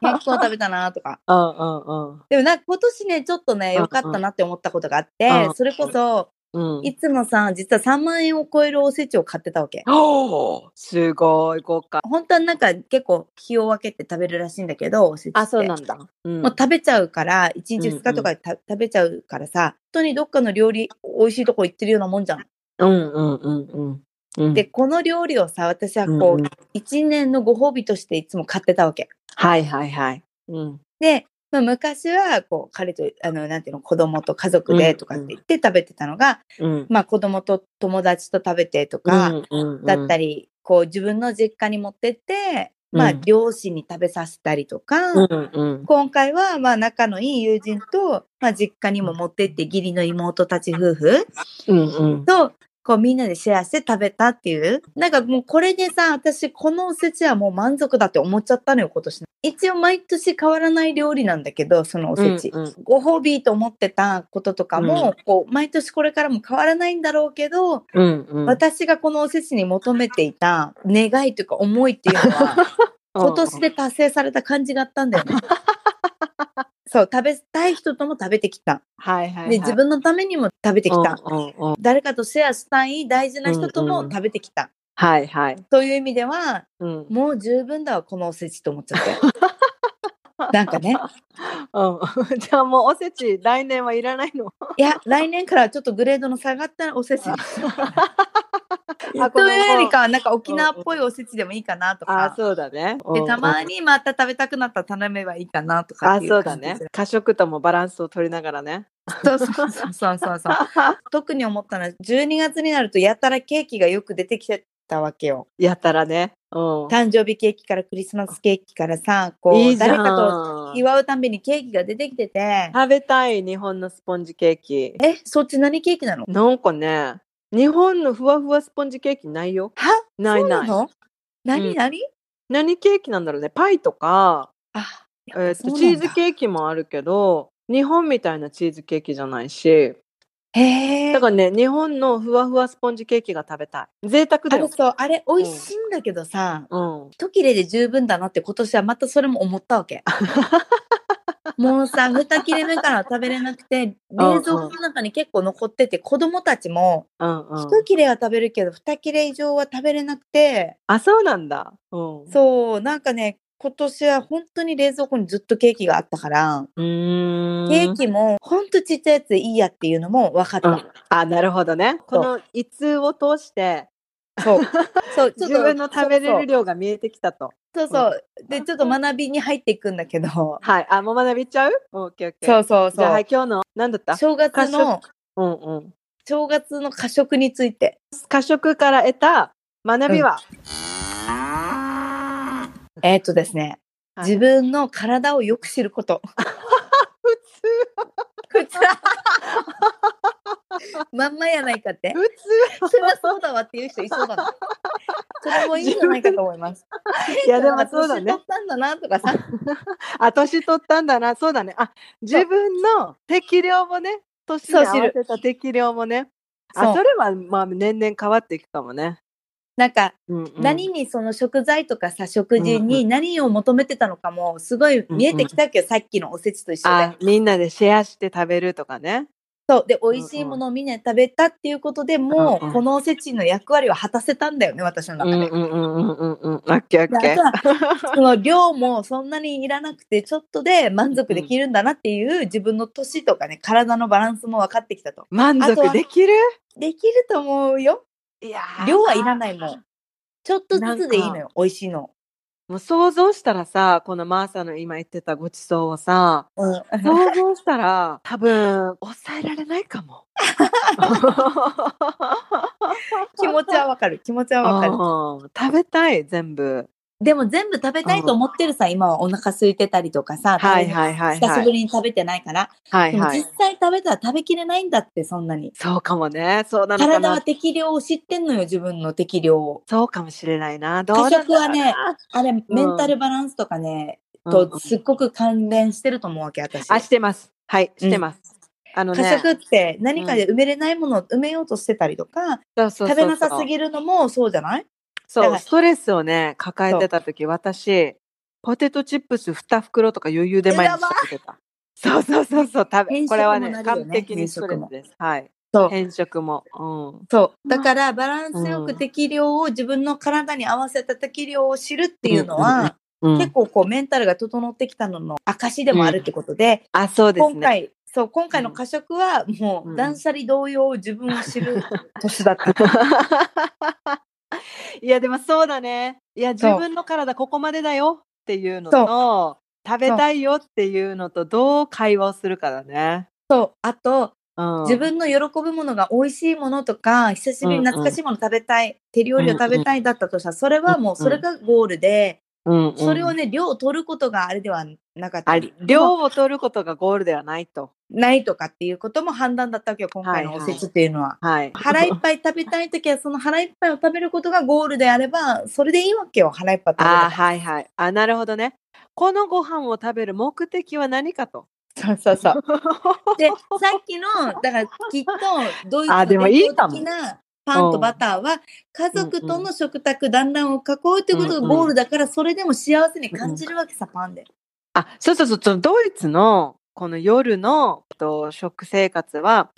健康食べたなとか。
うんうん
でもなんか今年ね、ちょっとね、
うんうん
良かったなって思ったことがあっ
う
て
ん、
それこそ、
うん。うん
いつもさ、実は3万円を超えるおせちを買ってたわけ。
おーすごい豪華。
本当はなんか結構日を分けて食べるらしいんだけど、おせちって。
あ、そうなんだ。うん
もう食べちゃうから、1日
うんうん
2日とかでた食べちゃうからさ、本当にどっかの料理、美味しいとこ行ってるようなもんじゃん。
うんうんうんうん。
で、、この料理をさ、私はこう、1年のご褒美としていつも買ってたわけ。
はいはいはい。うん。
で、まあ、昔はこう彼とあのなんていうの子供と家族でとかって言って食べてたのが、
うん。
まあ、子供と友達と食べてとかだった
り、
り、こう自分の実家に持ってって、まあ、
うん
両親に食べさせたりとか、
うんうん。
今回はまあ仲のいい友人と、まあ、実家にも持ってって義理の妹たち夫婦
うんうん。
とこうみんなでシェアして食べたっていうなんかもうこれでさ私このおせちはもう満足だって思っちゃったのよ今年一応毎年変わらない料理なんだけどそのおせち、
うんうん
ご褒美と思ってたこととかも、こう毎年これからも変わらないんだろうけど、
うんうん。
私がこのおせちに求めていた願いというか思いっていうのは今年で達成された感じがあったんだよ ね。そう食べたい人とも食べてきた
はいはいはい。
で自分のためにも食べてきた、
うんうんうん。
誰かとシェアしたい大事な人とも
うんうん
食べてきた、
はいはい。
という意味では
うん。うん
もう十分だわこのおせちと思っちゃって。 なんかね
じゃあもうおせち来年はいらないの。
いや来年からはちょっとグレードの下がったおせちにしようかな
あ
と
ごめん
いうよりかはなんか沖縄っぽいおせちでもいいかなと
あ
か、
そうだね。
でたま
に。
にまた食べたくなったら頼めばいいかなとか
あ
ってい
そう
う
だ
感じで
ね
す。
過食ともバランスを取りながらね。
そうそうそうそうそうそう特に思ったのは12月になるとやたらケーキがよく出てきてたわけよ
やったらね。うん。
誕生日ケーキからクリスマスケーキからさこう
いいじゃん
誰かと祝うたんびにケーキが出てきてて
食べたい日本のスポンジケーキ。
えそっち何ケーキなの
なんかね、日本のふわふわスポンジケーキないよ。
は
ない
そうな
ない。
の何
うん
何、
何ケーキなんだろうね。パイとか、
あ
えっ
そうな
と
んだ
チーズケーキもあるけど、日本みたいなチーズケーキじゃないし、
へえ
だからね、日本のふわふわスポンジケーキが食べたい。贅沢
あ
だ
れ
よ。
そうあれ美味しいんだけどさ、
うん。
一切れで十分だなって今年はまたそれも思ったわ けもうさ二切れ目からは食べれなくて冷蔵庫の中に結構残ってて子供たちも
うんうん。
一切れは食べるけど二切れ以上は食べれなくて
あ、そうなんだ。うん。
そうなんかね今年は本当に冷蔵庫にずっとケーキがあったから、
うーん。
ケーキもほんとちっちゃいやつでいいやっていうのも分かった。
うんあ、なるほどね。この胃痛を通して、
そう。そう、
自分の食べれる量が見えてきたと。
そうそうそうそう。で、ちょっと学びに入っていくんだけど。
はい。あ、もう学びちゃうオッケーオッケー。
そうそう
じゃあ、
そ
は
う
い。今日の、何だった
正月の、
うんうん。
正月の過食について。
過食から得た学びは、
えーっとですね。
はい
自分の体をよく知る こと。
普通、
こいつ まんまやないか って。
普
そりゃそうだわっていう人いそうだな。それもいいんじゃないかと思い ます。
通。いや、でもそ
年
うだ
取
ね
っ。たんだなとかさ。
あ、年取ったんだな。そうだね。あ、自分の適量もね、年に合わせた適量もね。
そ
あ、
う
それは、まあ、年々変わっていくかもね。
なんか、
うんうん
何にその食材とかさ食事に何を求めてたのかもすごい見えてきたけど、さっきのおせちと一緒で
あ、みんなでシェアして食べるとかね。
そうで美味しいものをみんなで食べたっていうことでも
うんう
うんこのおせちの役割を果たせたんだよね私の
う
中
ん
で。
うんうんうんうんうん。オッケーオッケ
で
ー。
あとはその量もそんなにいらなくてちょっとで満足できるんだなっていう自分の年とかね体のバランスも分かってきたと。
満
あとは
足できる
できると思うよ
いや
量はいら
い。
ないもん。ちょっとずつでいいのよ美味しいの。
もう想像したらさ、このマーサの今言ってたごちそうをさ、
うん、
想像したら多分抑えられないかも。
気持ちは分かる気持ちは分かる。
うん食べたい全部。
でも全部食べたいと思ってるさ、今はお腹空いてたりとかさ、
はいはいはい
久
は
しぶ
い。
りに食べてないから、
はいは
で
い
も。実際食べたら食べきれないんだって、そんなに。
そうかもね。そうなのか
体は
な。
適量を知ってんのよ、自分の適量を。
そうかもしれないな。どう
過
なんだ
食
ろう
はね、あれ、メンタルバランスとかね、
うん
とすっごく関連してると思うわけ、私。
あしてます。はいしてます。あの
過
ね。
食って何かで埋めれないものを埋めようとしてたりとか、
そうそうそうそう
食べなさすぎるのもそうじゃない
そ
だ
う
から
ストレスをね抱えてた時私ポテトチップス2袋とか余裕で毎日食べてた。そうそうそうそう食べ
変色も
これはね
なるよね
完璧にストレスです。はい。
そう
変色も。うん。
そう。だからバランスよく適量を自分の体に合わせた適量を知るっていうの
うんうん
は、
うん
結構こうメンタルが整ってきたのの証でもあるってことで、
あそうですね。
今回、そう、今回の過食はも
う
うん断捨離同様自分を知 る年だった。
いやでもそうだね。いや自
そう
分の体ここまでだよっていうのと食べたいよっていうのとどう会話をするかだね。
そう。あと、
うん、
自分の喜ぶものが美味しいものとか、久しぶりに懐かしいもの食べたい、手料理を食べたいだったとしたら、それはもうそれがゴールで、
うんうん
それをね、量を取ることがあれではなかった。
あり量を取ることがゴールではないと。
ないとかっていうことも判断だったわけよ、今回のおせちっていうのは。
はい。
腹いっぱい食べたいときは、その腹いっぱいを食べることがゴールであれば、それでいいわけよ、腹いっぱい食べ
あ
る
ーはいはい。あなるほどね。このご飯を食べる目的は何かと。
そうそうそう。で、さっきの、だからきっと、ドイツ
あ
の
でもいい
伝
か
統
も
的なパンとバターは、家族との食卓、団らんを囲うということがゴールだから、それでも幸せに感じるわけさ、パンで。
あそうそうそうそのドイツのこの夜のと食生活は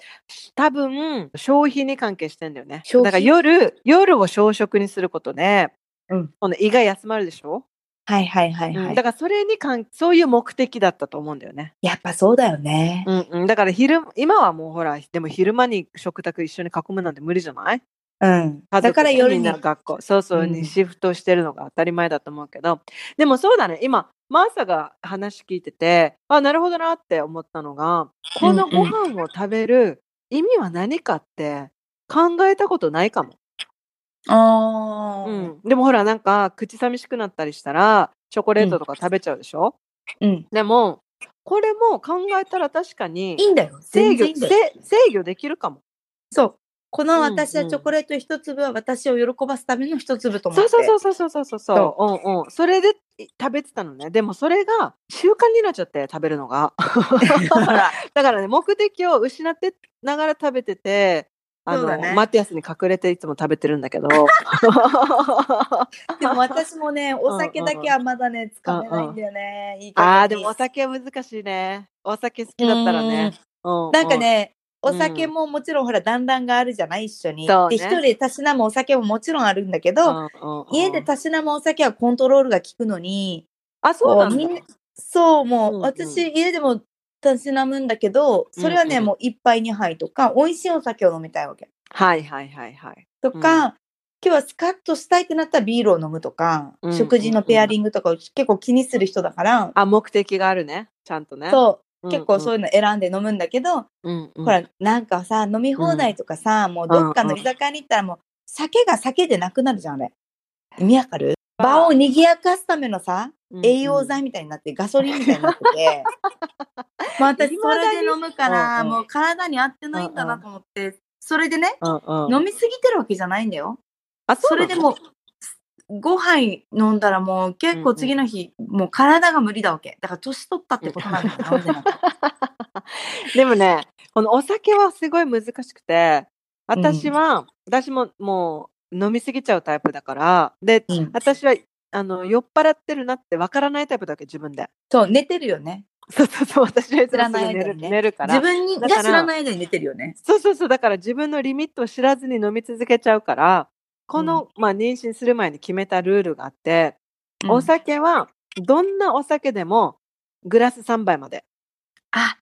多分消費に関係してんだよね。
消費
だから夜夜を小食にすることで、
うん
この胃が休まるでしょ、
はいはいはいは
うん
い
だ。からそれに関そういう目的だったと思うんだよね。
やっぱそうだよね。
うんうん、だから昼今はもうほらでも昼間に食卓一緒に囲むなんて無理じゃない
うん。
家
だ
族
から夜
みん
に
な。の学校そうそう
う
に
ん
シフトしてるのが当たり前だと思うけど、でもそうだね今マーサが話聞いててあなるほどなって思ったのがこのご飯を食べる意味は何かって考えたことないかも、
あ
う
ー
ん、でもほらなんか口寂しくなったりしたらチョコレートとか食べちゃうでしょ、
うん。
でもこれも考えたら確かに
いいんだよ。全
制御
然いいんだよ。
制制御できるかも
そう。この私
うんう
は
ん
チョコレート一粒は私を喜ばすための一粒と思っ
そ
て。
うそうそうそうそうそうそうそう。うんうん。それでい食べてたのね。でもそれが習慣になっちゃって食べるのが。 だからね目的を失ってながら食べてて。あ
そう
の
だね
マティアスに隠れていつも食べてるん だけ ど
でも私もね、お酒だけはまだね、つかめないんだよね。いい加減に
あーでもお酒は難しいねお酒好きだったらね、うう
なんかね、
う
お
ん
酒ももちろんほら、団らんがあるじゃない、一緒に。
そうね
で、一人でたしなむお酒ももちろんあるんだけ
うん
ど、
うんうん
家でたしなむお酒はコントロールが効くのに、
あそう
こ
なんだ
うみんなそう、もう、
うんうん
私、家でもたしなむんだけど、それはね、
うんうん
もう一杯二杯とか、美味しいお酒を飲みたいわけ。
はいはいはいはい
とか、
うん
今日はスカッとしたいってなったらビールを飲むとか、
うん
食事のペアリングとかを結構気にする人だから、
あ目的があるねちゃんとね
そうう、
ん
結構そういうの選んで飲むんだけど、
うんうん
ほら、なんかさ、飲み放題とかさ、もうどっかの居酒屋に行ったらもう、酒が酒でなくなるじゃん、あれ。意味わかる場を賑やかすためのさ、
うんうん
栄養剤みたいになって、ガソリンみたいになってて、 まあ私
未
そ
だに
れで飲むから、
うんうん
もう体に合ってないんだなと思って、それでね、
うんうん
飲みすぎてるわけじゃないんだよ。
あ
そう
な
れ
の
でも5杯飲んだらもう結構次の日、もう体が無理だわけだから年取ったってことなんだよ、飲んでなかった
でもね、このお酒はすごい難しくて、私は、私ももう飲みすぎちゃうタイプだから、で、
うん
私はあの酔っ払ってるなってわからないタイプだわけ、自分で。
そう寝てるよね
そうそうそう、私はい
知
つも
ら
すぐ
ない
寝
間
る,、
にね
寝るから。
自分にが
だから
知らない間に寝てるよね
そうそうそう、だから自分のリミットを知らずに飲み続けちゃうから、この、まあ妊娠する前に決めたルールがあって、
うん
お酒はどんなお酒でもグラス3杯まで。
あ
っ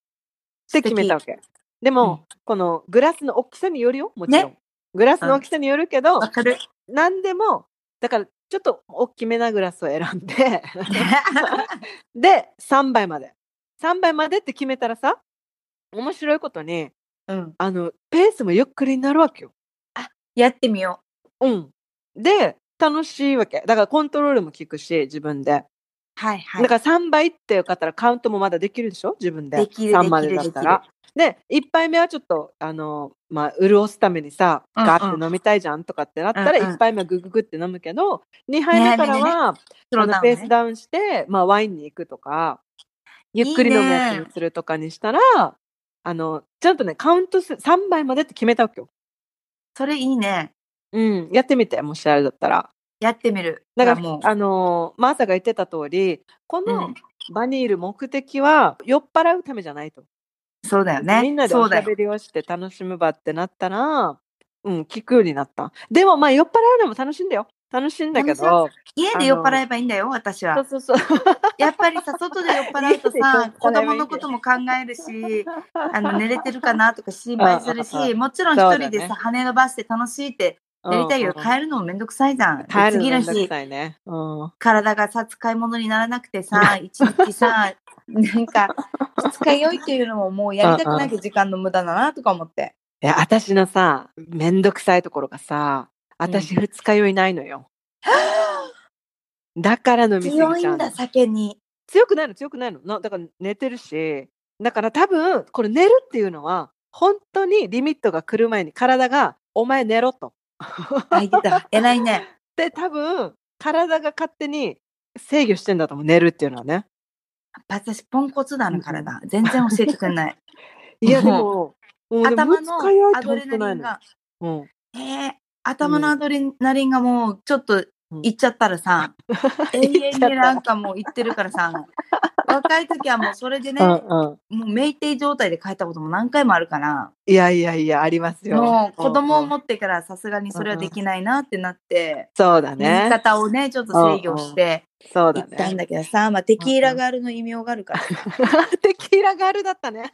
て決めたわけ。でも、このグラスの大きさによるよ、もちろん。グラスの大きさによるけど、
わかる
何でも、だからちょっと大きめなグラスを選んで、 で、3杯まで。3杯までって決めたらさ、面白いことに、
うん
あの、ペースもゆっくりになるわけよ。
やってみよ
うん。で、楽しいわけ。だからコントロールも効くし、自分で。
うはいは
だから3杯ってよかったらカウントもまだできるでしょ自分で。
できる
3ま
でき
で
る
だったら。で、1杯目はちょっと、あの、まあ、潤すためにさ、
うんうん
ガーって飲みたいじゃんとかってなったら、
うんうん
1杯目はグググって飲むけど、2杯目からは、
スローダウ
あの
ンね
ペースダウンして、まあ、ワインに行くとか、ゆっくり飲むやつにするとかにしたら、あの、ちゃんとね、カウントする、3杯までって決めたわけよ。
それいいね
うん、やってみて、もしあれだったら。
やってみる。
だから
あもう、
あのーマーサが言ってた通りこ
う
の
ん
場にいる目的は酔っ払うためじゃないと、
そうだよね。
みんなで
そ
お
う
し
だ
ゃ
よ。
べりをして楽しむ場ってなったらうん聞くようになったでもまあ酔っ払うのも楽しいんだよ楽しいんだけど
家で酔っ払えばいいんだよ、私は。
そうそうそう
やっぱりさ、外で酔っ払うと
家で酔っ払えばいいん
さ
だ、よ
子供のことも考えるし、あの寝れてるかなとか心配する
ああ
し、もちろん一人でさ、羽伸ばして楽しいって やりたいけど、
帰
帰るのもめんどくさいじゃん。で
帰るの
次
め
の
んどく
日、
さいね、うん、
体がさ、使い物にならなくて さ、一日さ、なんか、二日酔いっていうのももうやりたくないけど、時間の無駄だなとか思って。
いや私のさめんどくさいところがさ私二日酔いないのよ、だから飲みすぎちゃう
強いんだ、酒に。
強くないの強くないのなだから寝てるしだから多分これ寝るっていうのは本当にリミットが来る前に体が「お前寝ろ」と。
あ、い た。偉いね。
で多分体が勝手に制御してんだと思う寝るっていうのはね。
私、ポンコツだの体。全然教えてくれない。
いやでももう でも
頭
二日酔いっ
の
て
アドレ
本当
ナリン
ないのよ
が、
うん
えー頭のアドレナリンがもうちょっといっちゃったら さ、永遠になんかもういってるからさ、若い時はもうそれでね、
うんうん
もう酩酊状態で帰ったことも何回もあるから、
いやいやいやありますよ。
もう子供を
うんうん
持ってからさすがにそれはできないなってなって、
そう
言
だ
い
ね。
方をね、ちょっと制御して
そう
い
だ
ったん
ね。
だけどさ、まあテキーラガールの異名があるから、
テキーラガールだったね。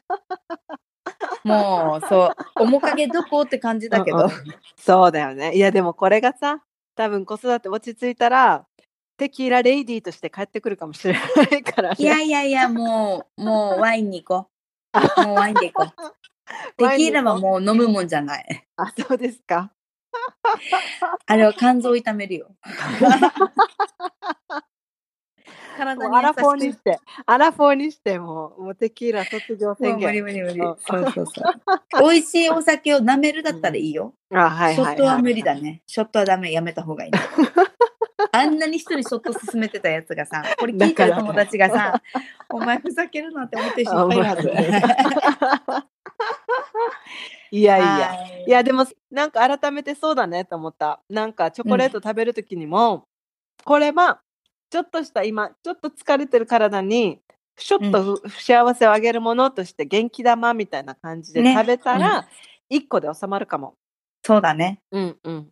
もうそう、面影どこって感じだけ
うんう
ど
ん、そうだよね。いやでもこれがさ、多分子育て落ち着いたら、テキーラレイディーとして帰ってくるかもしれないからね。
いやいやいや、もう、もうワインに行こう。もうワインで行こう。テキーラはもう飲むもんじゃない。
あ、そうですか。
あれは肝臓を痛める よ。体
もうアラフォー
に
に
優し
して、アラフォーにしてもう、もうテキーラ卒業
く。もう
宣
無理
言。
無理無理。
うん
そうそうそう。美味しいお酒を舐めるだったらいいよ。
あ、はいはい、はい。
ショットは無理だ。ね。ショットはダメ。やめた方がいい ね。あんなに一人ショット進めてたやつがさ、これ聞いてる友達がさ、お前ふざけるなって思ってる人いっぱいいるはず。
あお前いやいや。
はい
いやでもなんか改めてそうだねと思ったなんかチョコレート食べる時にも、これはちょっとした今ちょっと疲れてる体にちょっとふ幸せをあげるものとして元気玉みたいな感じで
ね
食べたら、一1個で収まるかも。
そうだね。
うんうん、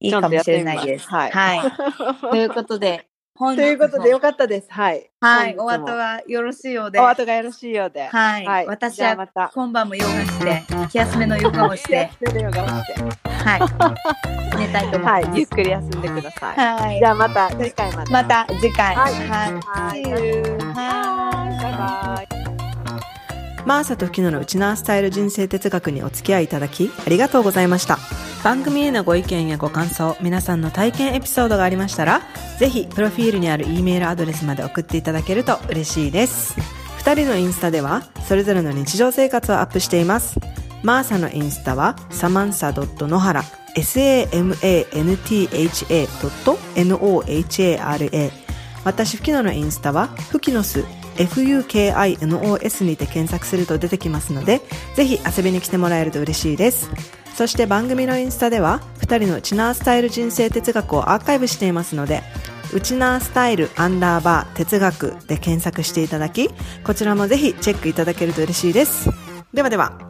いいかもしれないです。
ちゃんとやってみます
はいということで、本
ということでよかったです。はい。
はい、お
本日も
後がよろしいようで。
お後がよろしいようで。
はい、
はい
私
じゃあ
は
また
今晩もヨガして、気休めのヨガを して、
テレビを我慢して
はい、寝たいと思います。
はい、ゆっくり休んでください。
はい
じゃあまた次回まで。
ま。た次回。
はい
はい
はい
See you
はいバイバイ。
マーサとフキノのウチナースタイル人生哲学にお付き合いいただきありがとうございました番組へのご意見やご感想皆さんの体験エピソードがありましたらぜひプロフィールにある E メールアドレスまで送っていただけると嬉しいです2人のインスタではそれぞれの日常生活をアップしていますマーサのインスタはサマンサ野原 samantha.nohara 私フキノのインスタはフキノス FUKINOS にて検索すると出てきますのでぜひ遊びに来てもらえると嬉しいですそして番組のインスタでは2人のウチナースタイル人生哲学をアーカイブしていますのでウチナースタイルアンダーバー哲学で検索していただきこちらもぜひチェックいただけると嬉しいですではでは